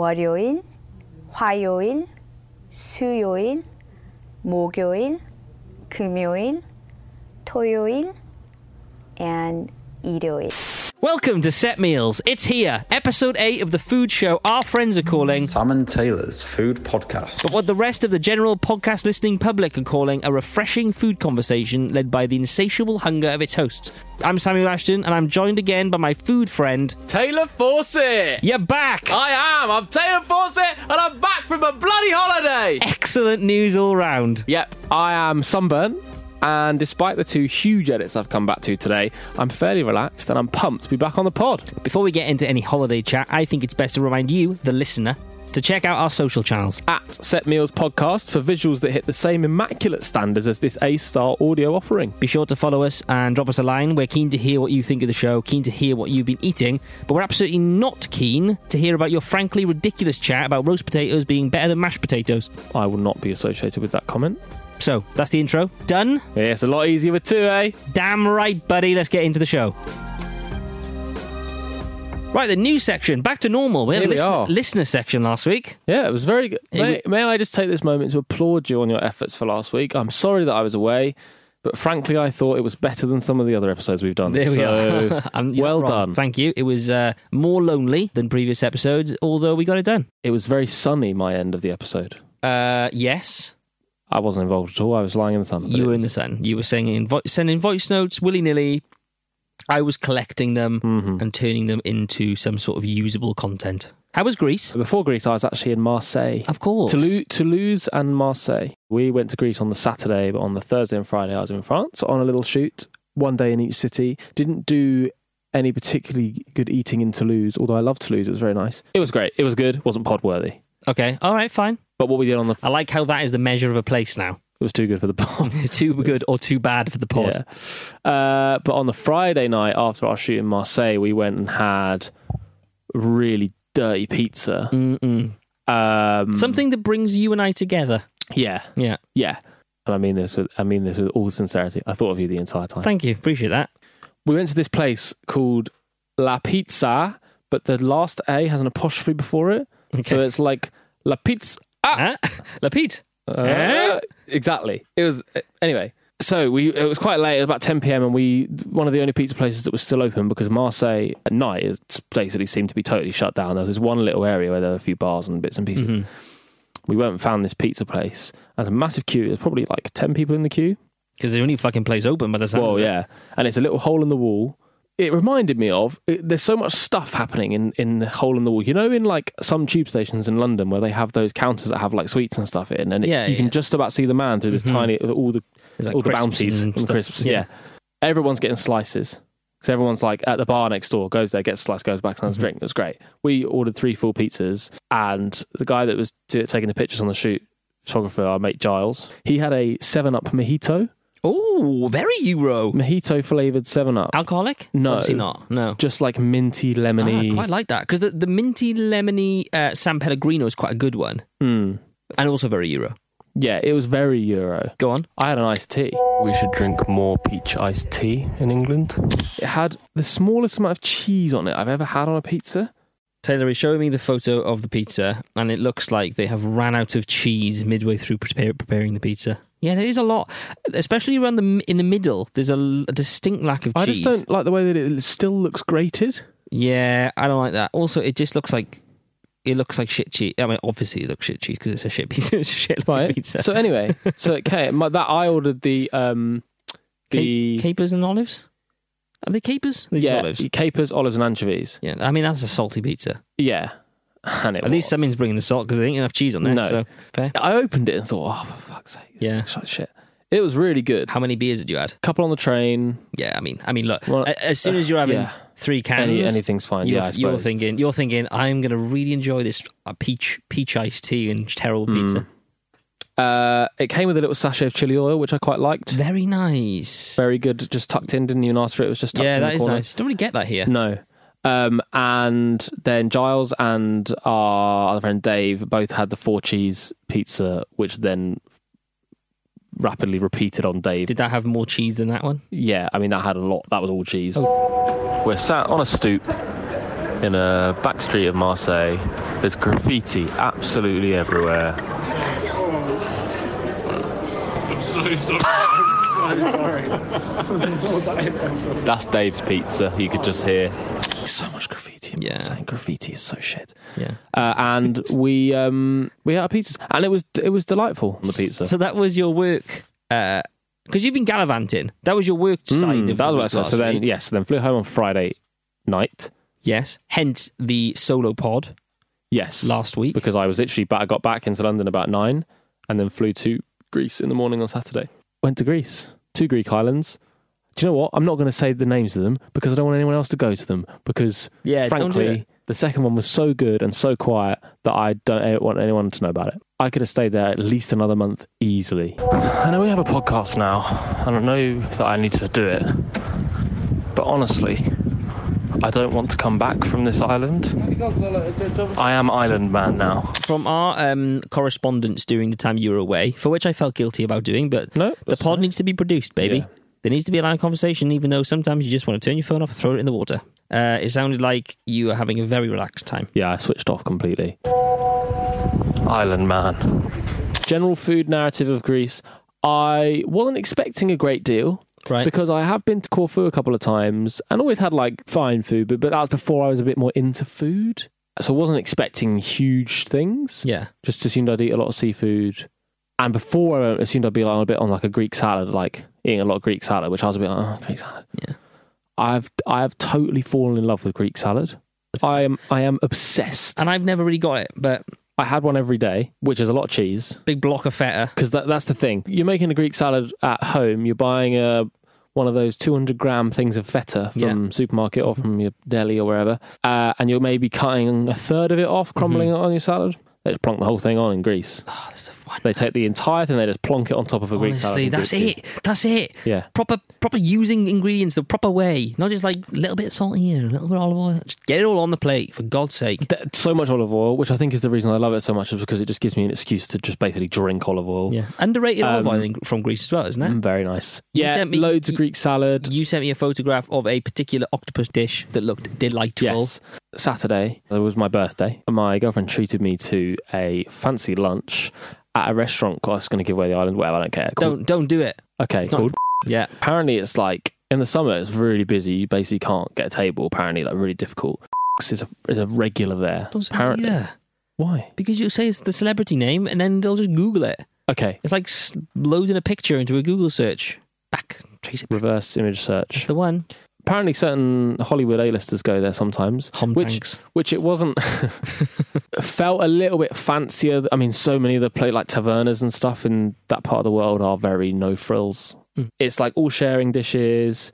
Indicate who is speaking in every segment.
Speaker 1: 월요일, 화요일, 수요일, 목요일, 금요일, 토요일, and 일요일.
Speaker 2: Welcome to Set Meals. It's here, episode 8 of the food show our friends are calling,
Speaker 3: Salmon Taylor's Food Podcast.
Speaker 2: but what the rest of the general podcast listening public are calling a refreshing food conversation led by the insatiable hunger of its hosts. I'm Samuel Ashton, and I'm joined again by my food friend.
Speaker 4: Taylor Fawcett.
Speaker 2: You're back!
Speaker 4: I am. I'm Taylor Fawcett, and I'm back from a bloody holiday.
Speaker 2: Excellent news all round.
Speaker 4: Yep, I am sunburnt. And despite the two huge edits I've come back to today, I'm fairly relaxed and I'm pumped to be back on the pod.
Speaker 2: Before we get into any holiday chat, I think it's best to remind you, the listener, to check out our social channels.
Speaker 4: At Set Meals Podcast for visuals that hit the same immaculate standards as this A star audio offering.
Speaker 2: Be sure to follow us and drop us a line. We're keen to hear what you think of the show, keen to hear what you've been eating, but we're absolutely not keen to hear about your frankly ridiculous chat about roast potatoes being better than mashed potatoes.
Speaker 4: I will not be associated with that comment.
Speaker 2: So, that's the intro. Done?
Speaker 4: Yeah, it's a lot easier with two, eh?
Speaker 2: Damn right, buddy. Let's get into the show. Right, the news section. Back to normal. We had
Speaker 4: Here
Speaker 2: a
Speaker 4: we
Speaker 2: listener,
Speaker 4: are.
Speaker 2: listener section last week.
Speaker 4: Yeah, it was very good.
Speaker 2: It
Speaker 4: May, may I just take this moment to applaud you on your efforts for last week? I'm sorry that I was away, but frankly, I thought it was better than some of the other episodes we've done.
Speaker 2: There we
Speaker 4: So,
Speaker 2: are. Um, you're
Speaker 4: well
Speaker 2: not wrong.
Speaker 4: done.
Speaker 2: Thank you. It was uh, more lonely than previous episodes, although we got it done.
Speaker 4: It was very sunny, my end of the episode.
Speaker 2: Uh, yes,
Speaker 4: I wasn't involved at all. I was lying in the sun. but
Speaker 2: you
Speaker 4: it
Speaker 2: were in the
Speaker 4: was-
Speaker 2: sun. You were sending, vo- sending voice notes willy nilly. I was collecting them
Speaker 4: Mm-hmm.
Speaker 2: and turning them into some sort of usable content. How was Greece?
Speaker 4: Before Greece, I was actually in Marseille.
Speaker 2: Of course.
Speaker 4: Toulouse, Toulouse and Marseille. We went to Greece on the Saturday, but on the Thursday and Friday, I was in France on a little shoot, one day in each city. Didn't do any particularly good eating in Toulouse, although I love Toulouse. It was very nice. It was great. It was good. wasn't pod worthy.
Speaker 2: Okay. All right. Fine.
Speaker 4: But what we did on the f-
Speaker 2: I like how that is the measure of a place now.
Speaker 4: it was too good for the pod.
Speaker 2: too good or too bad for the pod.
Speaker 4: Yeah. Uh, but on the Friday night after our shoot in Marseille, we went and had really dirty pizza.
Speaker 2: Mm-mm.
Speaker 4: Um,
Speaker 2: Something that brings you and I together.
Speaker 4: yeah,
Speaker 2: Yeah.
Speaker 4: yeah. And I mean this with I mean this with all sincerity. I thought of you the entire time.
Speaker 2: Thank you. Appreciate that.
Speaker 4: we went to this place called La Pizza, but the last A has an apostrophe before it. So it's like La Pizza. Ah!
Speaker 2: Huh? Ah! Lapid.
Speaker 4: Uh,
Speaker 2: Eh?
Speaker 4: Exactly. It was eh, anyway. So we it was quite late, it was about 10 p.m. and we one of the only pizza places that was still open because Marseille at night is basically seemed to be totally shut down. There was this one little area where there were a few bars and bits and
Speaker 2: Mm-hmm.
Speaker 4: pieces. We went and found this pizza place. There's a massive queue. There's probably like 10 people in the queue.
Speaker 2: Because the only fucking place open by the sounds
Speaker 4: Well,
Speaker 2: of it.
Speaker 4: yeah, and it's a little hole in the wall. It reminded me of it, there's so much stuff happening in in the hole in the wall. You know, in like some tube stations in London where they have those counters that have like sweets and stuff in, and it-
Speaker 2: Yeah,
Speaker 4: you
Speaker 2: yeah.
Speaker 4: can just about see the man through this tiny all the
Speaker 2: There's Mm-hmm. like
Speaker 4: all the
Speaker 2: crisps
Speaker 4: bounties
Speaker 2: and
Speaker 4: and,
Speaker 2: stuff.
Speaker 4: crisps.
Speaker 2: Yeah.
Speaker 4: Yeah. everyone's getting slices. So everyone's like at the bar next door, goes there, gets a slice, goes back, and has
Speaker 2: Mm-hmm.
Speaker 4: a drink. That's great. We ordered three full pizzas, and the guy that was t- taking the pictures on the shoot, photographer, our mate Giles, he had a Seven Up mojito,
Speaker 2: Oh, very Euro.
Speaker 4: mojito flavored Seven Up.
Speaker 2: Alcoholic?
Speaker 4: No.
Speaker 2: Obviously not. No.
Speaker 4: just like minty
Speaker 2: Ah, I
Speaker 4: lemony.
Speaker 2: quite like that because the, the minty lemony uh, San Pellegrino is quite a good one
Speaker 4: Mm.
Speaker 2: and also very Euro.
Speaker 4: Yeah, it was very Euro.
Speaker 2: Go on.
Speaker 4: I had an iced tea.
Speaker 5: We should drink more peach iced tea in England.
Speaker 4: It had the smallest amount of cheese on it I've ever had on a pizza.
Speaker 2: Taylor is showing me the photo of the pizza and it looks like they have ran out of cheese midway through prepare, preparing the pizza. Yeah, there is a lot, especially around the in the middle. There's a, l- a distinct lack of cheese.
Speaker 4: I just don't like the way that it still looks grated.
Speaker 2: Yeah, I don't like that. Also, it just looks like it looks like shit cheese. I mean, obviously it looks shit cheese because it's a shit pizza. It's a shit looking
Speaker 4: Right.
Speaker 2: pizza.
Speaker 4: So anyway, so okay, my, that I ordered the um
Speaker 2: Ca-
Speaker 4: the
Speaker 2: capers and olives. Are they capers? These
Speaker 4: yeah
Speaker 2: olives.
Speaker 4: capers, olives, and anchovies.
Speaker 2: Yeah, I mean that's a salty pizza.
Speaker 4: Yeah, and it
Speaker 2: At least
Speaker 4: was.
Speaker 2: something's bringing the salt because there ain't enough cheese on there.
Speaker 4: No.
Speaker 2: So fair.
Speaker 4: I opened it and thought, oh for fuck's sake, this
Speaker 2: Yeah.
Speaker 4: looks like shit. It was really good.
Speaker 2: How many beers did you add?
Speaker 4: Couple on the train.
Speaker 2: Yeah, I mean, I mean, look.
Speaker 4: Well,
Speaker 2: a- as soon as you're having
Speaker 4: yeah.
Speaker 2: three cans,
Speaker 4: Any, anything's fine.
Speaker 2: you're,
Speaker 4: yeah, I
Speaker 2: you're
Speaker 4: suppose.
Speaker 2: thinking, you're thinking, I'm gonna really enjoy this uh, peach peach iced tea and terrible
Speaker 4: Hmm.
Speaker 2: pizza.
Speaker 4: Uh, it came with a little sachet of chili oil, which I quite liked.
Speaker 2: Very nice.
Speaker 4: very good, just tucked in. Didn't even ask for it. It was just tucked
Speaker 2: yeah,
Speaker 4: in. the
Speaker 2: that is
Speaker 4: corner.
Speaker 2: nice. Don't really get that here.
Speaker 4: No. Um, and then Giles and our other friend Dave both had the four cheese pizza, which then rapidly repeated on Dave.
Speaker 2: Did that have more cheese than that one?
Speaker 5: Oh.
Speaker 4: yeah, I mean that had a lot. That was all cheese.
Speaker 5: We're sat on a stoop in a back street of Marseille. There's graffiti absolutely everywhere. That's Dave's pizza. You could just hear.
Speaker 4: So much graffiti.
Speaker 2: Yeah.
Speaker 4: Yeah. Saying graffiti is so shit.
Speaker 2: Yeah.
Speaker 4: Uh, and we um we had our pizzas, and it was it was delightful. The pizza.
Speaker 2: So that was your work. Because you've been gallivanting. That was your work side
Speaker 4: Mm,
Speaker 2: of
Speaker 4: that was
Speaker 2: the
Speaker 4: what I said.
Speaker 2: last
Speaker 4: So then,
Speaker 2: week.
Speaker 4: yes, then flew home on Friday night.
Speaker 2: Yes. Hence the solo pod
Speaker 4: Yes,
Speaker 2: last week.
Speaker 4: because I was literally back, I got back into London about nine, and then flew to Greece in the morning on Saturday. Went to Greece, two Greek islands. Do you know what? I'm not going to say the names of them because I don't want anyone else to go to them. Because
Speaker 2: yeah, don't do
Speaker 4: frankly,
Speaker 2: it.
Speaker 4: the second one was so good and so quiet that I don't e-, want anyone to know about it. I could have stayed there at least another month easily.
Speaker 5: I know we have a podcast now, and I know that I need to do it. But honestly, I don't want to come back from this island. I am island man now.
Speaker 2: From our um, correspondence during the time you were away, for which I felt guilty about doing, but
Speaker 4: No,
Speaker 2: the
Speaker 4: that's
Speaker 2: pod
Speaker 4: fine.
Speaker 2: needs to be produced, baby.
Speaker 4: Yeah.
Speaker 2: There needs to be a line of conversation, even though sometimes you just want to turn your phone off and throw it in the water. Uh, it sounded like you were having a very relaxed time.
Speaker 4: Yeah, I switched off completely.
Speaker 5: Island man.
Speaker 4: general food narrative of Greece, I wasn't expecting a great deal
Speaker 2: Right.
Speaker 4: because I have been to Corfu a couple of times and always had like fine food, but, but that was before I was a bit more into food. So I wasn't expecting huge things.
Speaker 2: yeah.
Speaker 4: Just assumed I'd eat a lot of seafood. And before I assumed I'd be like a bit on like a Greek salad, like eating a lot of Greek salad, which I was a bit like, oh, Greek salad.
Speaker 2: Yeah.
Speaker 4: I've I have totally fallen in love with Greek salad. I am I am obsessed.
Speaker 2: And I've never really got it, but
Speaker 4: I had one every day, which is a lot of cheese.
Speaker 2: big block of feta.
Speaker 4: because that, that's the thing. You're making a Greek salad at home. You're buying a one of those 200 gram things of feta from supermarket
Speaker 2: Mm-hmm.
Speaker 4: or from your deli or wherever, uh, and you're maybe cutting a third of it off,
Speaker 2: Mm-hmm.
Speaker 4: crumbling it on your salad. They just plonk the whole thing on in Greece.
Speaker 2: Oh, that's the one.
Speaker 4: They take the entire thing, they just plonk it on top of a Greek salad.
Speaker 2: Honestly,
Speaker 4: in
Speaker 2: that's
Speaker 4: Greece.
Speaker 2: it. That's it.
Speaker 4: Yeah.
Speaker 2: Proper, proper using ingredients the proper way, not just like a little bit of salt here, a little bit of olive oil. Just get it all on the plate, for God's sake.
Speaker 4: Th- So much olive oil, which I think is the reason I love it so much, is because it just gives me an excuse to just basically drink olive oil.
Speaker 2: Yeah, underrated olive
Speaker 4: Um,
Speaker 2: oil in- from Greece as well, isn't it?
Speaker 4: Mm, very nice.
Speaker 2: You
Speaker 4: yeah,
Speaker 2: sent me-
Speaker 4: loads of
Speaker 2: you-
Speaker 4: Greek salad.
Speaker 2: You sent me a photograph of a particular octopus dish that looked delightful.
Speaker 4: Yes. Saturday it was my birthday. and My girlfriend treated me to a fancy lunch at a restaurant. I was going to give away the island. Whatever, I don't care. Called-
Speaker 2: Don't don't do it.
Speaker 4: okay,
Speaker 2: it's not-
Speaker 4: cool.
Speaker 2: Yeah,
Speaker 4: Apparently, it's like in the summer, it's really busy. You basically can't get a table. Apparently, like really difficult. Is a, is a regular there.
Speaker 2: don't say
Speaker 4: apparently,
Speaker 2: either,
Speaker 4: why?
Speaker 2: because you say it's the celebrity name, and then they'll just Google it.
Speaker 4: Okay,
Speaker 2: It's like s- loading a picture into a Google search. Back trace it. Back.
Speaker 4: reverse image
Speaker 2: That's
Speaker 4: search.
Speaker 2: the one.
Speaker 4: Apparently, certain Hollywood A-listers go there sometimes.
Speaker 2: Hom
Speaker 4: Which-
Speaker 2: tanks.
Speaker 4: which it wasn't felt a little bit fancier i mean so many of the play like tavernas and stuff in that part of the world are very no frills
Speaker 2: Mm.
Speaker 4: it's like all sharing dishes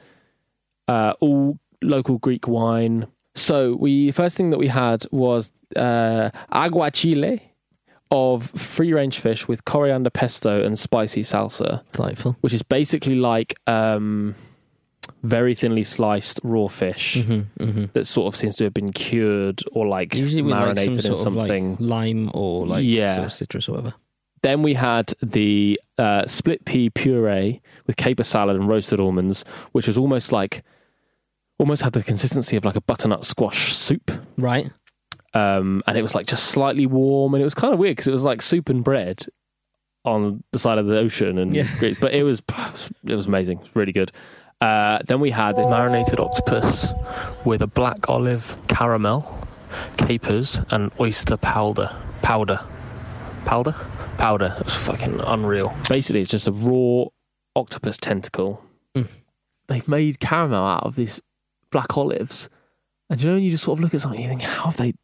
Speaker 4: uh, all local greek wine so we first thing that we had was uh, agua chile of free range fish with coriander pesto and spicy salsa
Speaker 2: Delightful.
Speaker 4: which is basically like um, very thinly sliced raw fish
Speaker 2: Mm-hmm, mm-hmm.
Speaker 4: that sort of seems to have been cured or like
Speaker 2: Usually with like
Speaker 4: marinated
Speaker 2: some sort
Speaker 4: in something.
Speaker 2: of like lime or like
Speaker 4: Yeah.
Speaker 2: sort of citrus or whatever.
Speaker 4: then we had the uh, split pea puree with caper salad and roasted almonds, which was almost like almost had the consistency of like a butternut squash soup.
Speaker 2: Right.
Speaker 4: Um, and it was like just slightly warm, and it was kind of weird because it was like soup and bread on the side of the ocean, and
Speaker 2: Yeah.
Speaker 4: Greece- but it was it was amazing, it was really good. Uh, then we had this
Speaker 5: Marinated octopus with a black olive caramel, capers, and oyster powder. Powder. Powder? Powder. It was fucking unreal.
Speaker 4: basically it's just a raw octopus tentacle.
Speaker 2: Mm.
Speaker 4: They've made caramel out of these black olives, and you know when you just sort of look at something, you think, how have they,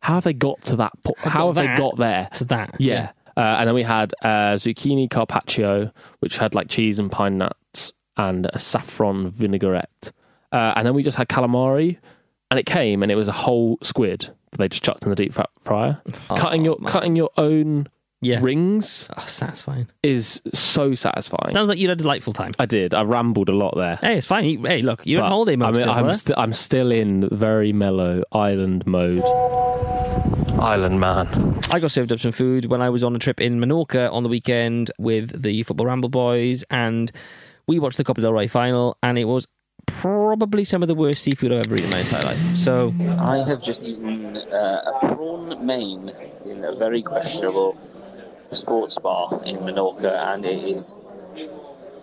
Speaker 4: how have they got to that? Po-
Speaker 2: How
Speaker 4: how have
Speaker 2: got
Speaker 4: they
Speaker 2: that?
Speaker 4: got there?
Speaker 2: To that.
Speaker 4: Yeah. Uh, and then we had uh, zucchini carpaccio, which had like cheese and pine nuts and a saffron vinaigrette. Uh, and then we just had calamari, and it came and it was a whole squid that they just chucked in the deep fr- fryer.
Speaker 2: Oh,
Speaker 4: cutting your
Speaker 2: man.
Speaker 4: cutting your own
Speaker 2: Yeah.
Speaker 4: rings
Speaker 2: Oh, satisfying.
Speaker 4: is so satisfying.
Speaker 2: Sounds like you had a delightful time.
Speaker 4: I did. I rambled a lot there.
Speaker 2: Hey, it's fine. You- Hey, look, you're on
Speaker 4: But,
Speaker 2: holiday mode
Speaker 4: I mean,
Speaker 2: still,
Speaker 4: I'm,
Speaker 2: brother.
Speaker 4: st- I'm still in very mellow island mode.
Speaker 5: Island man.
Speaker 2: I got served up some food when I was on a trip in Menorca on the weekend with the Football Ramble Boys, and we watched the Copa del Rey final, and it was probably some of the worst seafood I've ever eaten in my entire life. So
Speaker 6: I have just eaten uh, a prawn main in a very questionable sports bar in Menorca, and it is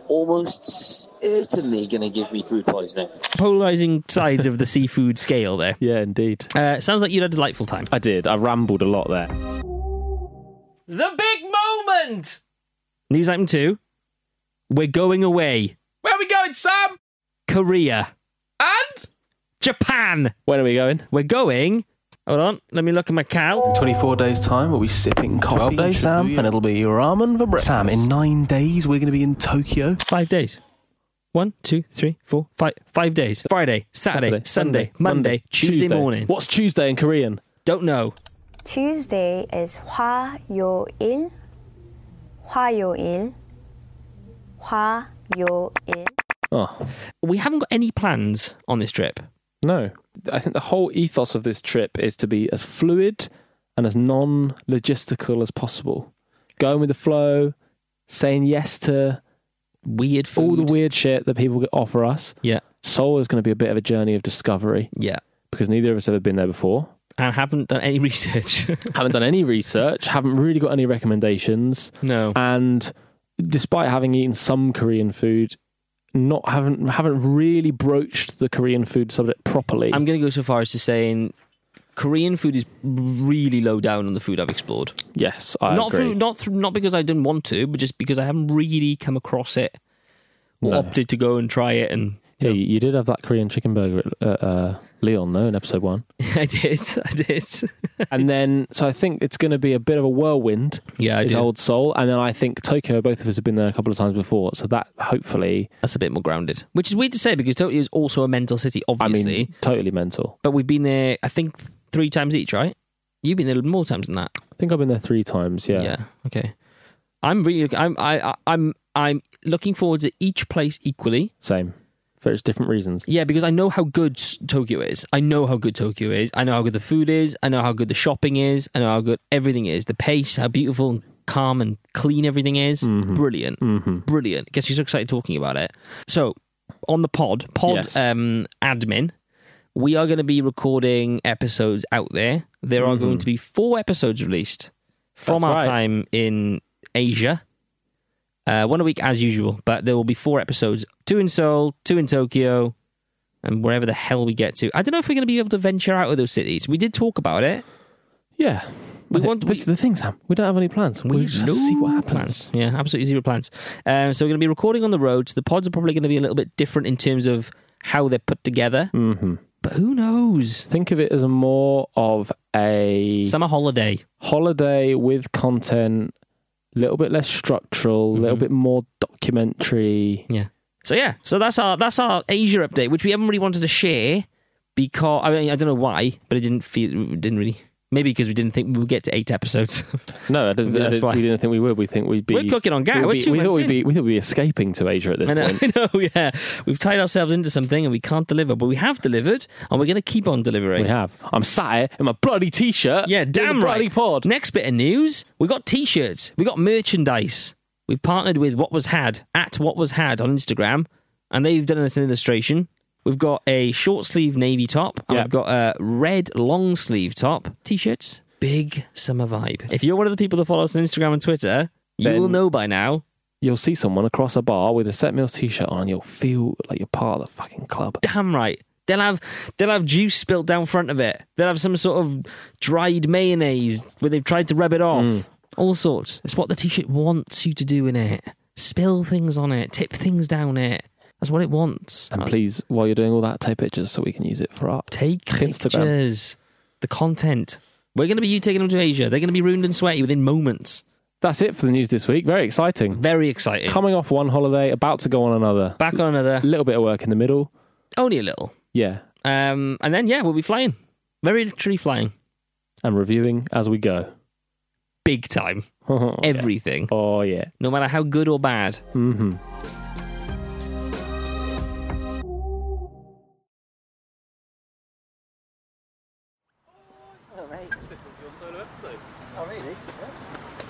Speaker 6: almost certainly going to give me food poisoning.
Speaker 2: polarizing sides of the seafood scale there.
Speaker 4: Yeah, indeed.
Speaker 2: Uh, sounds like you had a delightful time.
Speaker 4: I did. I rambled a lot there.
Speaker 2: The big moment. News item two. We're going away.
Speaker 4: Where are we going, Sam?
Speaker 2: Korea,
Speaker 4: And
Speaker 2: Japan.
Speaker 4: when are we going?
Speaker 2: We're going. Hold on. Let me look at my cal.
Speaker 7: 24 days' time, we'll be sipping coffee. 12
Speaker 8: days, Sam, and
Speaker 7: it'll be ramen for breakfast. Sam, in nine days, we're going to be in Tokyo.
Speaker 2: Five days. One, two, three, four, five. Five days. Friday, Saturday,
Speaker 4: Saturday,
Speaker 2: Sunday, Monday, Tuesday, morning.
Speaker 4: What's Tuesday in Korean?
Speaker 2: Don't know.
Speaker 1: Tuesday is 화요일, 화요일, 화요일.
Speaker 4: Oh
Speaker 2: We haven't got any plans on this trip.
Speaker 4: no! I think the whole ethos of this trip is to be as fluid and as non-logistical as possible. Going with the flow, saying yes to
Speaker 2: Weird food.
Speaker 4: all the weird shit that people offer us.
Speaker 2: Yeah.
Speaker 4: Seoul is going to be a bit of a journey of discovery
Speaker 2: Yeah.
Speaker 4: because neither of us have ever been there before.
Speaker 2: And haven't done any research.
Speaker 4: haven't done any research, haven't really got any recommendations,
Speaker 2: no.
Speaker 4: and despite having eaten some Korean food, not haven't haven't really broached the Korean food subject properly.
Speaker 2: I'm going to go so far as to saying Korean food is really low down on the food I've explored.
Speaker 4: yes, I
Speaker 2: not
Speaker 4: agree.
Speaker 2: through, not through, not because I didn't want to, but just because I haven't really come across it. or
Speaker 4: No.
Speaker 2: Opted to go and try it, and
Speaker 4: Yeah, you, you did have that Korean chicken burger at uh, uh, Leon, though, in episode one.
Speaker 2: I did, I did.
Speaker 4: and then, so I think it's going to be a bit of a whirlwind.
Speaker 2: Yeah, I
Speaker 4: is
Speaker 2: do.
Speaker 4: old soul, and then I think Tokyo. Both of us have been there a couple of times before, so that hopefully,
Speaker 2: That's a bit more grounded, which is weird to say because Tokyo is also a mental city, obviously.
Speaker 4: I mean, totally mental.
Speaker 2: but we've been there, I think, three times each, right? You've been there more times than that.
Speaker 4: I think I've been there three times. Yeah,
Speaker 2: Okay. I'm really. I'm. I. I- I'm. I'm looking forward to each place equally.
Speaker 4: same for its different reasons.
Speaker 2: Yeah, because I know how good s- Tokyo is. I know how good Tokyo is. I know how good the food is. I know how good the shopping is. I know how good everything is. The pace, how beautiful and calm and clean everything is. Brilliant. Brilliant. Guess you're so excited talking about it. So, on the pod, pod
Speaker 4: Yes.
Speaker 2: um, admin, we are going to be recording episodes out there. There are going to be four episodes released from
Speaker 4: That's
Speaker 2: our
Speaker 4: right.
Speaker 2: time in Asia. Uh, one a week as usual, but there will be four episodes two in Seoul, two in Tokyo, and wherever the hell we get to. I don't know if we're going to be able to venture out of those cities. We did talk about it.
Speaker 4: Yeah.
Speaker 2: We
Speaker 4: I thi-
Speaker 2: want-
Speaker 4: this
Speaker 2: we-
Speaker 4: is the thing, Sam. We don't have any plans. We, just have to see what happens.
Speaker 2: Plans. Yeah, absolutely zero plans. Um, so we're going to be recording on the road. So the pods are probably going to be a little bit different in terms of how they're put together. Mm-hmm. But who knows?
Speaker 4: Think of it as a more of a
Speaker 2: Summer holiday.
Speaker 4: holiday with content, a little bit less structural, a
Speaker 2: Mm-hmm.
Speaker 4: little bit more documentary.
Speaker 2: Yeah. So yeah, so that's our that's our Asia update, which we haven't really wanted to share because I mean I don't know why, but it didn't feel it didn't really maybe because we didn't think we would get to eight episodes.
Speaker 4: No, I didn't,
Speaker 2: Maybe
Speaker 4: I
Speaker 2: that's
Speaker 4: didn't-
Speaker 2: why.
Speaker 4: we didn't think we would. We think we'd be.
Speaker 2: We're cooking on gas.
Speaker 4: we'd
Speaker 2: We're
Speaker 4: be-
Speaker 2: two
Speaker 4: we thought
Speaker 2: months
Speaker 4: we'd
Speaker 2: in.
Speaker 4: be. We thought we'd be escaping to Asia at this
Speaker 2: I know,
Speaker 4: point.
Speaker 2: uh, I know, yeah. We've tied ourselves into something and we can't deliver, but we have delivered and we're going to keep on delivering.
Speaker 4: We have. I'm sat here in my bloody t-shirt.
Speaker 2: Yeah,
Speaker 4: doing
Speaker 2: damn
Speaker 4: the bloody
Speaker 2: right.
Speaker 4: pod.
Speaker 2: Next bit of news: we got t-shirts, we got merchandise. We've partnered with What Was Had at What Was Had on Instagram, and they've done us an illustration. We've got a short sleeve navy top, and
Speaker 4: Yeah.
Speaker 2: we've got a red long sleeve top t-shirts. Big summer vibe. If you're one of the people that follow us on Instagram and Twitter, you
Speaker 4: Then-
Speaker 2: will know by now.
Speaker 4: You'll see someone across a bar with a set meals t-shirt on. and You'll feel like you're part of the fucking club.
Speaker 2: Damn right. They'll have they'll have juice spilt down front of it. They'll have some sort of dried mayonnaise where they've tried to rub it off.
Speaker 4: Mm.
Speaker 2: All sorts. It's what the t-shirt wants you to do in it. Spill things on it. Tip things down it. That's what it wants.
Speaker 4: And
Speaker 2: Uh,
Speaker 4: please, while you're doing all that, take pictures so we can use it for art.
Speaker 2: take
Speaker 4: Instagram.
Speaker 2: pictures. The content. We're going to be you taking them to Asia. They're going to be ruined and sweaty within moments.
Speaker 4: That's it for the news this week. Very exciting.
Speaker 2: Very exciting.
Speaker 4: Coming off one holiday, about to go on another.
Speaker 2: Back on another.
Speaker 4: A little bit of work in the middle.
Speaker 2: Only a little.
Speaker 4: Yeah.
Speaker 2: Um, and then yeah, we'll be flying. Very literally flying.
Speaker 4: And reviewing as we go.
Speaker 2: Big time.
Speaker 4: oh,
Speaker 2: Everything.
Speaker 4: yeah. Oh, yeah.
Speaker 2: no matter how good or bad.
Speaker 4: hmm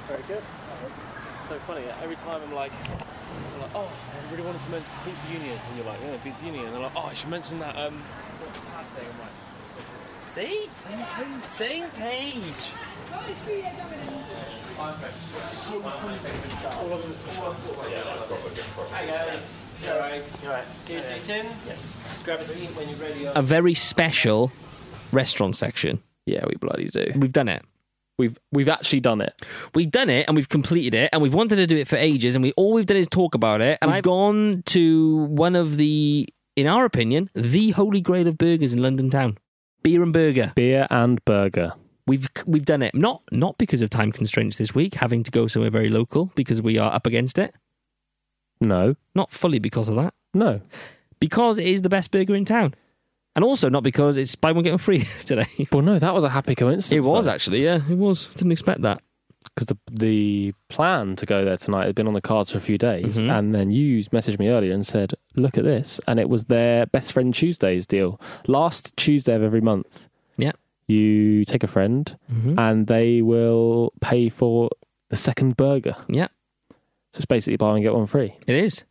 Speaker 4: Very good. So funny. Every time I'm like, I'm like, oh, I really wanted to mention Pizza Union. And you're like, yeah, Pizza Union. And they're like, oh, I should mention that. Um, what's that thing? I'm like,
Speaker 8: See? Same page. Hi guys. You alright? You alright? Good eating? Yes. Just grab a seat when you're ready.
Speaker 2: A very special restaurant section.
Speaker 4: yeah, we bloody do.
Speaker 2: We've done it.
Speaker 4: We've we've actually done it.
Speaker 2: We've done it and we've completed it and we've wanted to do it for ages and we all we've done is talk about it and I've gone to one of the in our opinion the holy grail of burgers in London town. Beer and burger.
Speaker 4: Beer and burger.
Speaker 2: We've we've done it. Not not because of time constraints this week having to go somewhere very local because we are up against it.
Speaker 4: No,
Speaker 2: Not fully because of that.
Speaker 4: no.
Speaker 2: Because it is the best burger in town. And also not because it's buy one get one free today.
Speaker 4: Well, no, that was a happy
Speaker 2: It
Speaker 4: coincidence.
Speaker 2: was actually, yeah, it was. Didn't expect that.
Speaker 4: because the the plan to go there tonight had been on the cards for a few days,
Speaker 2: Mhm.
Speaker 4: and then you messaged me earlier and said, "Look at this," and it was their best friend Tuesdays deal. Last Tuesday of every month,
Speaker 2: Yeah.
Speaker 4: you take a friend,
Speaker 2: Mhm.
Speaker 4: and they will pay for the second burger.
Speaker 2: Yeah,
Speaker 4: So it's basically buy one get one free.
Speaker 2: it is.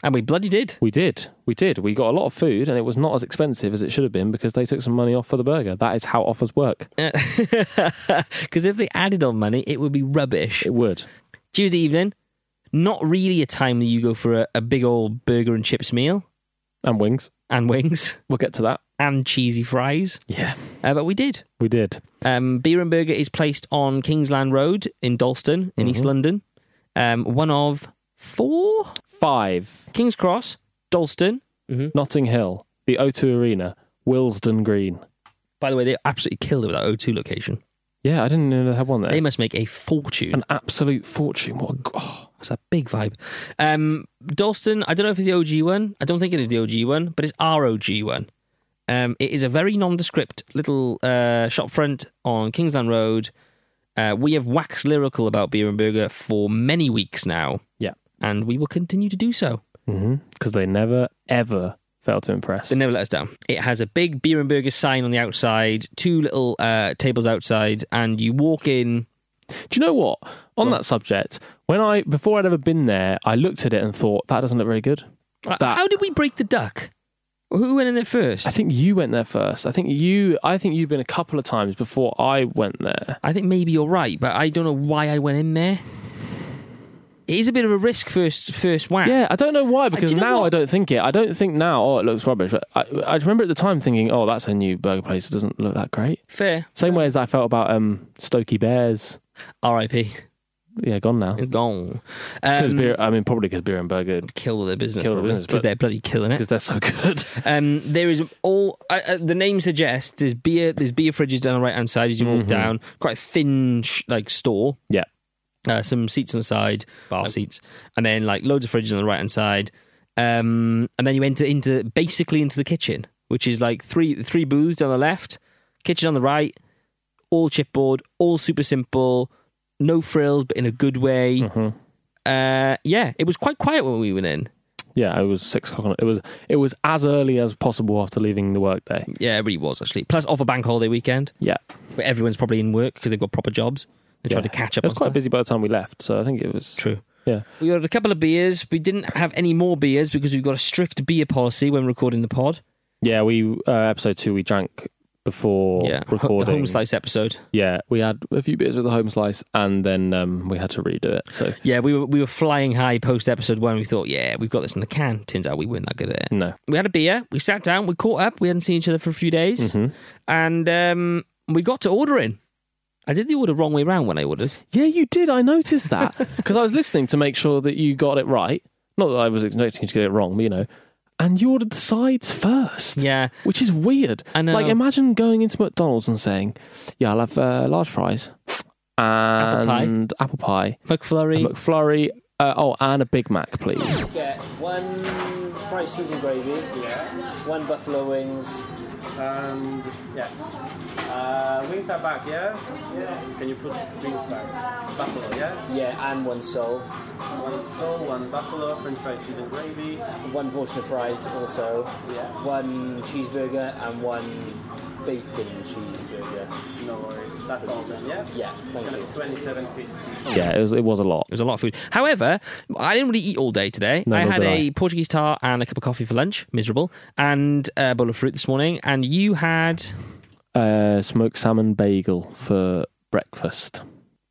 Speaker 2: And we bloody did.
Speaker 4: We did, we did. We got a lot of food, and it was not as expensive as it should have been because they took some money off for the burger. That is how offers work.
Speaker 2: Because if they added on money, it would be rubbish.
Speaker 4: It would.
Speaker 2: Tuesday evening, not really a time that you go for a, a big old burger and chips meal
Speaker 4: And wings.
Speaker 2: and wings
Speaker 4: We'll get to that.
Speaker 2: and cheesy fries,
Speaker 4: Yeah,
Speaker 2: uh, but we did.
Speaker 4: we did.
Speaker 2: Um, Beer and Burger is placed on Kingsland Road in Dalston, in East London. Um, one of four
Speaker 4: Five.
Speaker 2: King's Cross, Dalston.
Speaker 4: Notting Hill, the O2 Arena, Willesden Green.
Speaker 2: By the way, they absolutely killed it with that O2 location.
Speaker 4: Yeah, I didn't know they had one there.
Speaker 2: They must make a fortune.
Speaker 4: An absolute fortune. What? A, g- oh,
Speaker 2: That's a big vibe. Um, Dalston, I don't know if it's the OG one. I don't think it is the OG one, but it's our OG one. Um, it is a very nondescript little uh, shop front on Kingsland Road. Uh, we have waxed lyrical about beer and burger for many weeks now,
Speaker 4: yeah.
Speaker 2: and we will continue to do so.
Speaker 4: Because they never ever fail to impress.
Speaker 2: They never let us down. It has a big beer and burger sign on the outside, two little uh, tables outside, and you walk in.
Speaker 4: Do you know what? On that subject, when I before I'd ever been there, I looked at it and thought that doesn't look very good. That-
Speaker 2: How did we break the duck? Who went in there first?
Speaker 4: I think you went there first. I think you. I think you'd been a couple of times before I went there.
Speaker 2: I think maybe you're right, but I don't know why I went in there. It is a bit of a risk first first whack.
Speaker 4: Yeah, I don't know why because
Speaker 2: Uh, you know
Speaker 4: now
Speaker 2: what?
Speaker 4: I don't think it. I don't think now. Oh, it looks rubbish. But I, I remember at the time thinking, oh, that's a new burger place. It doesn't look that great.
Speaker 2: Fair.
Speaker 4: Same way as I felt about um, Stokey Bears.
Speaker 2: R.I.P.
Speaker 4: Yeah, gone now.
Speaker 2: It's gone.
Speaker 4: Because
Speaker 2: Um,
Speaker 4: beer, I mean, probably because beer and burger,
Speaker 2: kill their business.
Speaker 4: Kill their business,
Speaker 2: because
Speaker 4: but-
Speaker 2: they're bloody killing
Speaker 4: because
Speaker 2: it.
Speaker 4: they're so good.
Speaker 2: Um, there is all uh, uh, the name suggests. There's beer. There's beer fridges down the right hand side as you
Speaker 4: Mm-hmm.
Speaker 2: walk down. Quite a thin sh- like store.
Speaker 4: yeah,
Speaker 2: uh, some seats on the side, bar seats, and then like loads of fridges on the right hand side, um, and then you enter into basically into the kitchen, which is like three three booths on the left, kitchen on the right, all chipboard, all super simple, no frills, but in a good way.
Speaker 4: Mm-hmm.
Speaker 2: Uh, yeah, it was quite quiet when we went in.
Speaker 4: yeah. It was six o'clock. On, it was it was as early as possible after leaving the workday.
Speaker 2: Yeah, it really was actually. Plus, off a bank holiday weekend,
Speaker 4: Yeah,
Speaker 2: where everyone's probably in work because they've got proper jobs. They tried to
Speaker 4: Yeah.
Speaker 2: catch up.
Speaker 4: It was
Speaker 2: on
Speaker 4: quite
Speaker 2: stuff.
Speaker 4: busy by the time we left, so I think it was
Speaker 2: True.
Speaker 4: Yeah,
Speaker 2: We ordered a couple of beers. We didn't have any more beers because we've got a strict beer policy when recording the pod.
Speaker 4: yeah. We uh, episode two we drank before
Speaker 2: yeah, ho-
Speaker 4: recording.
Speaker 2: the home slice episode.
Speaker 4: Yeah, we had a few beers with the home slice, and then um, we had to redo it. So
Speaker 2: Yeah, we were we were flying high post episode one. We thought, yeah, we've got this in the can. Turns out we weren't that good at it.
Speaker 4: no,
Speaker 2: We had a beer. We sat down. We caught up. We hadn't seen each other for a few days, and um, we got to ordering. I did the order wrong way round when I ordered.
Speaker 4: yeah, you did. I noticed that because I was listening to make sure that you got it right. Not that I was expecting you to get it wrong, but you know. And you ordered the sides first.
Speaker 2: Yeah,
Speaker 4: Which is weird.
Speaker 2: I know.
Speaker 4: Like, imagine going into McDonald's and saying, "Yeah, I'll have uh, large fries and apple pie,
Speaker 2: McFlurry.
Speaker 4: a McFlurry, uh, oh, and a Big Mac, please."
Speaker 8: Get one fried cheese and gravy. Yeah. One buffalo wings. And yeah. Uh, wings are back, yeah? Yeah. Can you put wings back? Buffalo, yeah? Yeah, and one sole. One sole, one buffalo, french fried cheese and gravy. One portion of fries also. Yeah. One cheeseburger and one bacon cheeseburger. No worries. That's all then, yeah? Yeah. It's going to be 27 feet.
Speaker 4: Yeah, it was it was a lot.
Speaker 2: It was a lot of food. However, I didn't really eat all day today.
Speaker 4: No,
Speaker 2: I
Speaker 4: nor
Speaker 2: had
Speaker 4: did
Speaker 2: a
Speaker 4: I.
Speaker 2: Portuguese tart and a cup of coffee for lunch, miserable, and a bowl of fruit this morning. And you had
Speaker 4: Uh, smoked salmon bagel for breakfast.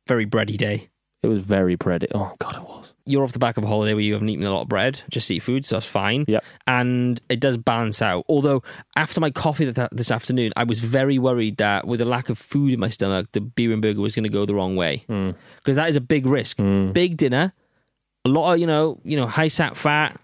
Speaker 2: very bready day.
Speaker 4: It was very bready. Oh god, it was.
Speaker 2: You're off the back of a holiday where you haven't eaten a lot of bread, just eat food, so that's fine.
Speaker 4: Yep.
Speaker 2: And it does balance out. Although, after my coffee th- this afternoon, I was very worried that with the lack of food in my stomach, the beer and burger was going to go the wrong way. Because that is a big risk. Big dinner, a lot of, you know, you know, high sat fat,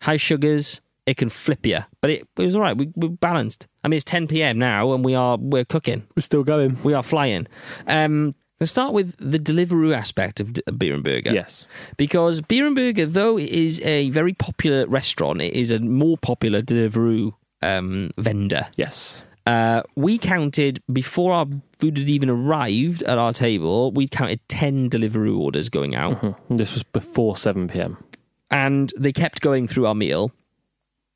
Speaker 2: high sugars, it can flip you. But it, it was all right. We, we're balanced. I mean, it's 10 p.m. now and we are, we're cooking.
Speaker 4: We're still going.
Speaker 2: We are flying. Um, let's start with the Deliveroo aspect of d- beer and burger.
Speaker 4: Yes.
Speaker 2: Because Beer and Burger, though it is a very popular restaurant, it is a more popular Deliveroo um, vendor.
Speaker 4: Yes.
Speaker 2: Uh, we counted, before our food had even arrived at our table, we counted 10 Deliveroo orders going out.
Speaker 4: Mm-hmm. This was before seven PM.
Speaker 2: And they kept going through our meal.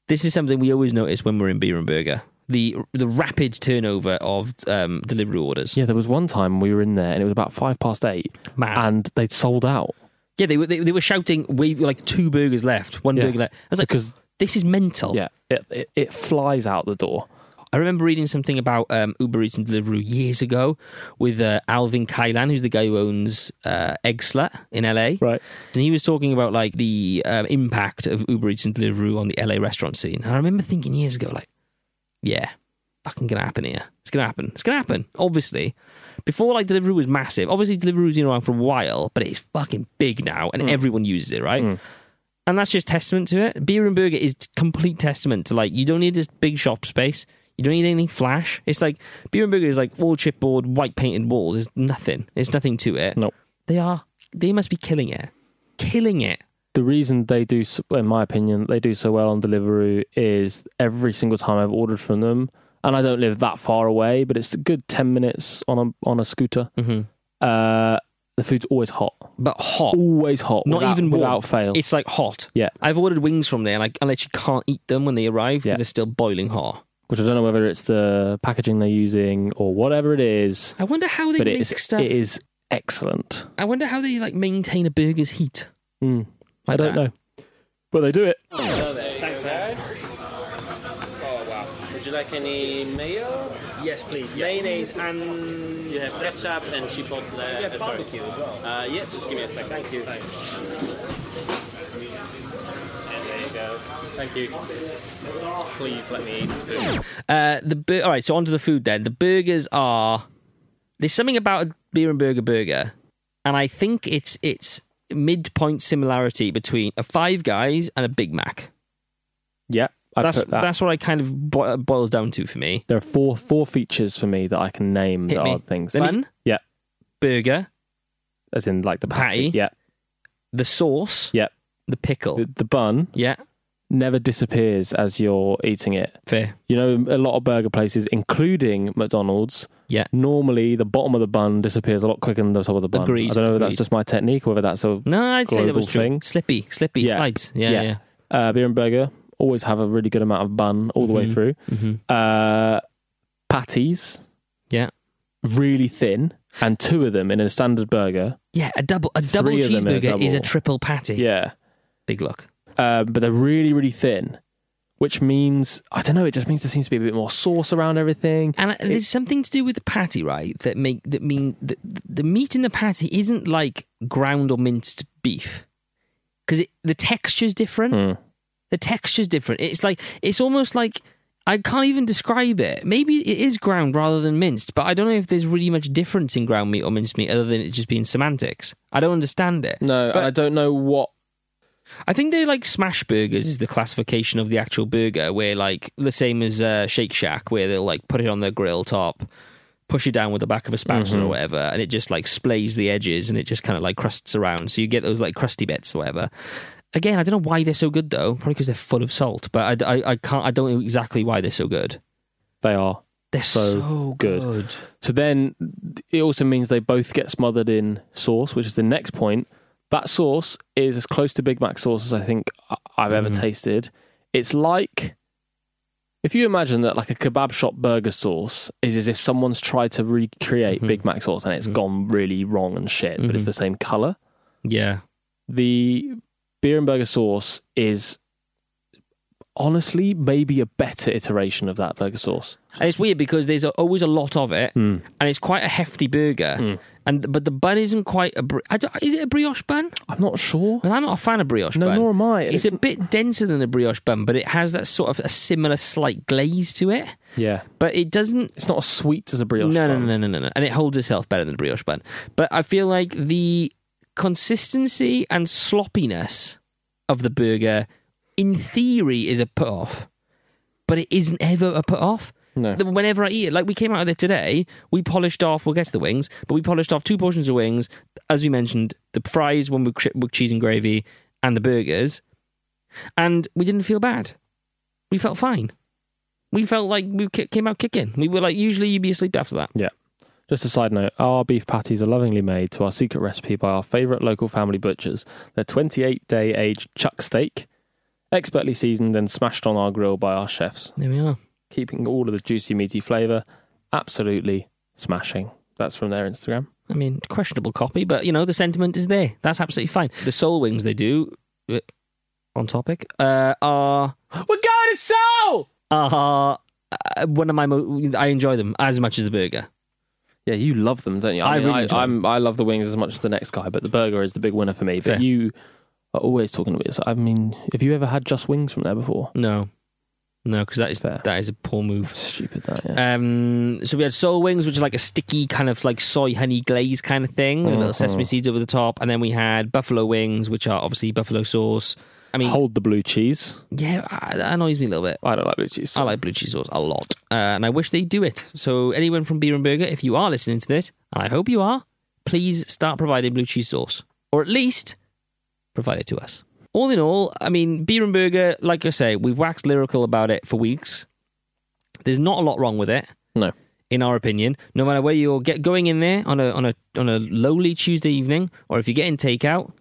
Speaker 2: This is something we always notice when we're in Beer and Burger. The, the rapid turnover of um, delivery orders.
Speaker 4: Yeah, there was one time we were in there and it was about five past eight.
Speaker 2: Mad.
Speaker 4: And they'd sold out.
Speaker 2: Yeah, they were they, they were shouting, "We've like two burgers left, one
Speaker 4: Yeah.
Speaker 2: burger left." I was like,
Speaker 4: Because-
Speaker 2: this is mental."
Speaker 4: Yeah. It, it, it flies out the door.
Speaker 2: I remember reading something about um, Uber Eats and Deliveroo years ago with uh, Alvin Kailan, who's the guy who owns uh, Egg Slut in LA.
Speaker 4: Right.
Speaker 2: And he was talking about like the um, impact of Uber Eats and Deliveroo on the LA restaurant scene. And I remember thinking years ago, like, yeah, fucking gonna happen here. It's gonna happen. It's gonna happen. Obviously, before like Deliveroo was massive. Obviously, Deliveroo's been around for a while, but it's fucking big now, and everyone uses it, right? And that's just testament to it. Beer and burger is t- complete testament to like you don't need this big shop space. You don't need anything flash. It's like beer and burger is like all chipboard, white painted walls. There's nothing. There's nothing to it.
Speaker 4: Nope.
Speaker 2: They are. They must be killing it. Killing it.
Speaker 4: the reason they do, s- in my opinion, they do so well on Deliveroo is every single time I've ordered from them, and I don't live that far away, but it's a good ten minutes on a on a scooter.
Speaker 2: Mm-hmm.
Speaker 4: Uh, the food's always hot,
Speaker 2: But hot.
Speaker 4: always hot,
Speaker 2: Not
Speaker 4: without-
Speaker 2: even warm.
Speaker 4: without fail.
Speaker 2: It's like hot.
Speaker 4: yeah,
Speaker 2: I've ordered wings from there, and I, I literally can't eat them when they arrive because
Speaker 4: Yeah.
Speaker 2: they're still boiling hot.
Speaker 4: which I don't know whether it's the packaging they're using or whatever it is,
Speaker 2: I wonder how they
Speaker 4: but
Speaker 2: make
Speaker 4: it is
Speaker 2: stuff.
Speaker 4: it is excellent.
Speaker 2: I wonder how they like maintain a burger's heat.
Speaker 4: Mm. I
Speaker 2: Like
Speaker 4: don't
Speaker 2: that.
Speaker 4: know, but they do it.
Speaker 8: Thanks, man. Oh, wow. Would you like any mayo? Yes, please. Mayonnaise and you have ketchup and chipotle. Yeah, barbecue as well. Uh, yes, just give me a second. Thank you. Thanks. And there you go. Thank you. Please let me eat this food.
Speaker 2: Uh, the bur- all right, so onto the food then. The burgers are there's something about a beer and burger burger, and I think it's it's midpoint similarity between a Five Guys and a Big Mac.
Speaker 4: Yeah, I
Speaker 2: That's
Speaker 4: put that.
Speaker 2: that's what I kind of bo- boils down to for me.
Speaker 4: there are four four features for me that I can name
Speaker 2: Hit
Speaker 4: that
Speaker 2: me.
Speaker 4: are things.
Speaker 2: Let me-
Speaker 4: Yeah,
Speaker 2: Burger,
Speaker 4: as in like the patty.
Speaker 2: Patty.
Speaker 4: Yeah,
Speaker 2: the sauce,
Speaker 4: yeah.
Speaker 2: the pickle.
Speaker 4: The, the bun
Speaker 2: yeah,
Speaker 4: never disappears as you're eating it.
Speaker 2: fair.
Speaker 4: You know, a lot of burger places, including McDonald's,
Speaker 2: Yeah.
Speaker 4: normally the bottom of the bun disappears a lot quicker than the top of the bun.
Speaker 2: Agreed,
Speaker 4: I don't know if that's
Speaker 2: agreed.
Speaker 4: just my technique or whether that's a
Speaker 2: No, I'd say that
Speaker 4: global
Speaker 2: was true.
Speaker 4: thing.
Speaker 2: Slippy, slippy
Speaker 4: Yeah.
Speaker 2: slides. Yeah, yeah.
Speaker 4: Uh, beer and burger always have a really good amount of bun all the way
Speaker 2: Mhm.
Speaker 4: through.
Speaker 2: Mhm.
Speaker 4: Uh, patties,
Speaker 2: Yeah.
Speaker 4: really thin, and two of them in a standard burger.
Speaker 2: Yeah, a double a double
Speaker 4: Three of them in a
Speaker 2: cheeseburger is a
Speaker 4: double.
Speaker 2: triple patty.
Speaker 4: Yeah,
Speaker 2: Big look.
Speaker 4: uh, but they're really really thin. Which means I don't know. It just means there seems to be a bit more sauce around everything.
Speaker 2: And it, there's something to do with the patty, right? That make that mean that the meat in the patty isn't like ground or minced beef, because the texture's different. The texture's different. It's like it's almost like I can't even describe it. Maybe it is ground rather than minced, but I don't know if there's really much difference in ground meat or minced meat other than it just being semantics. I don't understand it.
Speaker 4: No,
Speaker 2: But-
Speaker 4: and I don't know what.
Speaker 2: I think they're like smash burgers is the classification of the actual burger, where like the same as uh, Shake Shack, where they'll like put it on the grill top, push it down with the back of a spatula or whatever, and it just like splays the edges and it just kind of like crusts around, so you get those like crusty bits or whatever. Again, I don't know why they're so good though. Probably because they're full of salt, but I, I, I can't. I don't know exactly why they're so good.
Speaker 4: They are.
Speaker 2: They're
Speaker 4: So
Speaker 2: so,
Speaker 4: good.
Speaker 2: good.
Speaker 4: So then it also means they both get smothered in sauce, which is the next point. That sauce is as close to Big Mac sauce as I think I- I've ever tasted. It's like If you imagine that like a kebab shop burger sauce is as if someone's tried to recreate Big Mac sauce and it's gone really wrong and shit, but it's the same color.
Speaker 2: Yeah.
Speaker 4: The beer and burger sauce is honestly maybe a better iteration of that burger sauce.
Speaker 2: And it's weird because there's a, always a lot of it, and it's quite a hefty burger. And but the bun isn't quite a. bri- I don't- is it a brioche bun?
Speaker 4: I'm not sure.
Speaker 2: Well, I'm not a fan of brioche
Speaker 4: No,
Speaker 2: bun.
Speaker 4: nor am I. and
Speaker 2: It's a bit denser than a brioche bun, but it has that sort of a similar slight glaze to it.
Speaker 4: yeah.
Speaker 2: But it doesn't
Speaker 4: It's not as sweet as a brioche.
Speaker 2: no,
Speaker 4: bun.
Speaker 2: No, no, no, no, no. And it holds itself better than a brioche bun. But I feel like the consistency and sloppiness of the burger, in theory, is a put off. But it isn't ever a put off.
Speaker 4: No.
Speaker 2: The- Whenever I eat it, like we came out of there today, we polished off, we'll get to the wings, but we polished off two portions of wings. As we mentioned, the fries, one with, cri- with cheese and gravy, and the burgers. And we didn't feel bad. We felt fine. We felt like we ki- came out kicking. We were like, usually you'd be asleep after that.
Speaker 4: Yeah. Just a side note, our beef patties are lovingly made to our secret recipe by our favourite local family butchers. They're 28 day aged chuck steak, expertly seasoned and smashed on our grill by our chefs,
Speaker 2: There we are.
Speaker 4: keeping all of the juicy, meaty flavour absolutely smashing. That's from their Instagram.
Speaker 2: I mean, questionable copy, but you know, the sentiment is there. That's absolutely fine. The soul wings they do, uh, on topic, uh, are
Speaker 4: We're going to sell!
Speaker 2: are uh, one of my. Mo- I enjoy them as much as the burger.
Speaker 4: Yeah, you love them, don't you?
Speaker 2: I
Speaker 4: I, mean,
Speaker 2: really
Speaker 4: I,
Speaker 2: enjoy
Speaker 4: I'm, I love the wings as much as the next guy, but the burger is the big winner for me. But
Speaker 2: Fair.
Speaker 4: you are always talking about this. I mean, have you ever had just wings from there before?
Speaker 2: No, no, because that is
Speaker 4: Fair.
Speaker 2: that is a poor move.
Speaker 4: Stupid that, yeah.
Speaker 2: Um, so we had soul wings, which are like a sticky kind of like soy honey glaze kind of thing, with a little sesame
Speaker 4: Mm-hmm.
Speaker 2: seeds over the top, and then we had buffalo wings, which are obviously buffalo sauce. I mean,
Speaker 4: Hold the blue cheese. Oh.
Speaker 2: yeah, I- that annoys me a little bit.
Speaker 4: I don't like blue cheese.
Speaker 2: I like blue cheese sauce a lot, uh, and I wish they do it. So, anyone from Beer and Burger, if you are listening to this, and I hope you are, please start providing blue cheese sauce, or at least provide it to us. All in all, I mean, Beer and Burger, like I say, we've waxed lyrical about it for weeks. There's not a lot wrong with it,
Speaker 4: No.
Speaker 2: in our opinion. No matter whether you're get going in there on a on a on a lowly Tuesday evening, or if you're getting takeout,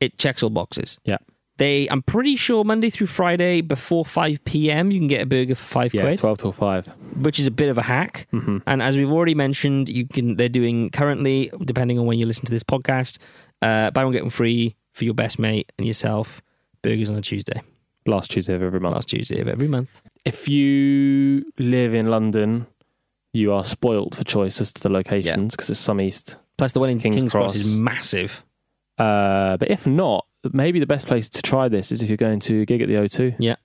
Speaker 2: it checks all boxes.
Speaker 4: Yeah.
Speaker 2: They, I'm pretty sure Monday through Friday before 5 p.m. you can get a burger for five
Speaker 4: Yeah,
Speaker 2: quid,
Speaker 4: twelve till five.
Speaker 2: which is a bit of a hack.
Speaker 4: Mm-hmm.
Speaker 2: And as we've already mentioned, you can they're doing currently, depending on when you listen to this podcast, uh, buy one get one free for your best mate and yourself. Burgers on a Tuesday,
Speaker 4: Last Tuesday of every month.
Speaker 2: last Tuesday of every month.
Speaker 4: If you live in London, you are spoilt for choice as to the locations because it's some east.
Speaker 2: Plus, the one in King's,
Speaker 4: King's
Speaker 2: Cross.
Speaker 4: Cross.
Speaker 2: is massive.
Speaker 4: Uh, but if not, maybe the best place to try this is if you're going to gig at the O2.
Speaker 2: Yeah.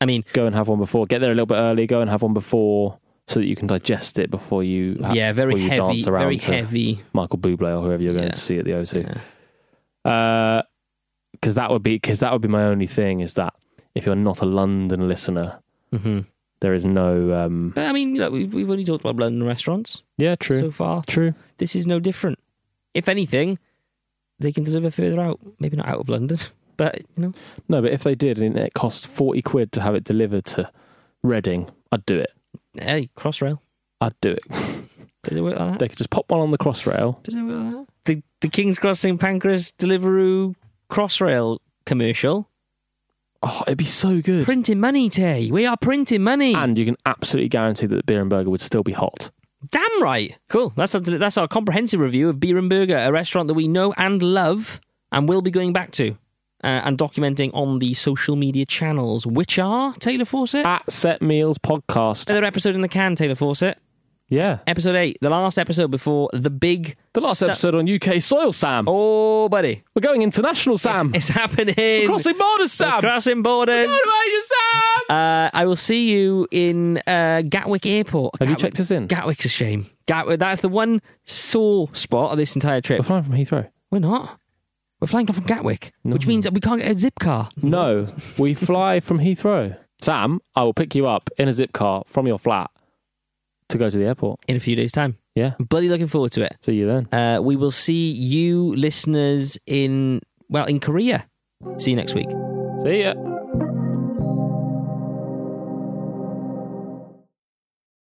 Speaker 2: I mean,
Speaker 4: Go and have one before. Get there a little bit early. Go and have one before, so that you can digest it before you. ha-
Speaker 2: yeah, very
Speaker 4: before you
Speaker 2: heavy,
Speaker 4: dance around
Speaker 2: very
Speaker 4: to
Speaker 2: heavy.
Speaker 4: Michael Bublé or whoever you're going
Speaker 2: Yeah.
Speaker 4: to see at the O2.
Speaker 2: Yeah.
Speaker 4: because that would be because that would be my only thing is that if you're not a London listener,
Speaker 2: Mhm.
Speaker 4: there is no. Um,
Speaker 2: But I mean, look, we've, we've only talked about London restaurants
Speaker 4: yeah, true,
Speaker 2: so far.
Speaker 4: true.
Speaker 2: this is no different. If anything, they can deliver further out. Maybe not out of London, but you know,
Speaker 4: No, but if they did and it cost forty quid to have it delivered to Reading, I'd do it.
Speaker 2: hey, Crossrail.
Speaker 4: I'd do it.
Speaker 2: Does it work like that?
Speaker 4: They could just pop one on the crossrail.
Speaker 2: Does it work like that? The the King's Cross St Pancras Deliveroo Crossrail commercial.
Speaker 4: Oh, it'd be so good.
Speaker 2: Printing money, Tay. We are printing money.
Speaker 4: And you can absolutely guarantee that the beer and burger would still be hot.
Speaker 2: Damn right. Cool. That's our, that's our comprehensive review of Beer and Burger, a restaurant that we know and love and will be going back to. Uh, and documenting on the social media channels, which are Taylor Fawcett.
Speaker 4: At Set Meals Podcast.
Speaker 2: Another episode in the can, Taylor Fawcett.
Speaker 4: Yeah.
Speaker 2: episode eight, the last episode before the big.
Speaker 4: The last
Speaker 2: Sa-
Speaker 4: episode on UK soil, Sam.
Speaker 2: Oh, buddy,
Speaker 4: We're going international, Sam.
Speaker 2: it's happening.
Speaker 4: Crossing borders,
Speaker 2: Mm. We're
Speaker 4: Sam.
Speaker 2: crossing borders.
Speaker 4: Sam.
Speaker 2: Uh, I will see you in uh, Gatwick Airport.
Speaker 4: Have you
Speaker 2: Gatwick-
Speaker 4: checked us in?
Speaker 2: Gatwick's a shame. Gatwick, that's the one sore spot of this entire
Speaker 4: We're
Speaker 2: trip.
Speaker 4: flying from Heathrow.
Speaker 2: We're not. We're flying off from Gatwick, which means that we can't get a zip car.
Speaker 4: No, we fly from Heathrow. Sam, I will pick you up in a zip car from your flat to go to the airport.
Speaker 2: in a few days' time.
Speaker 4: Yeah.
Speaker 2: I'm bloody looking forward to it.
Speaker 4: See you then.
Speaker 2: Uh, we will see you listeners in well in Korea. See you next week.
Speaker 4: See ya.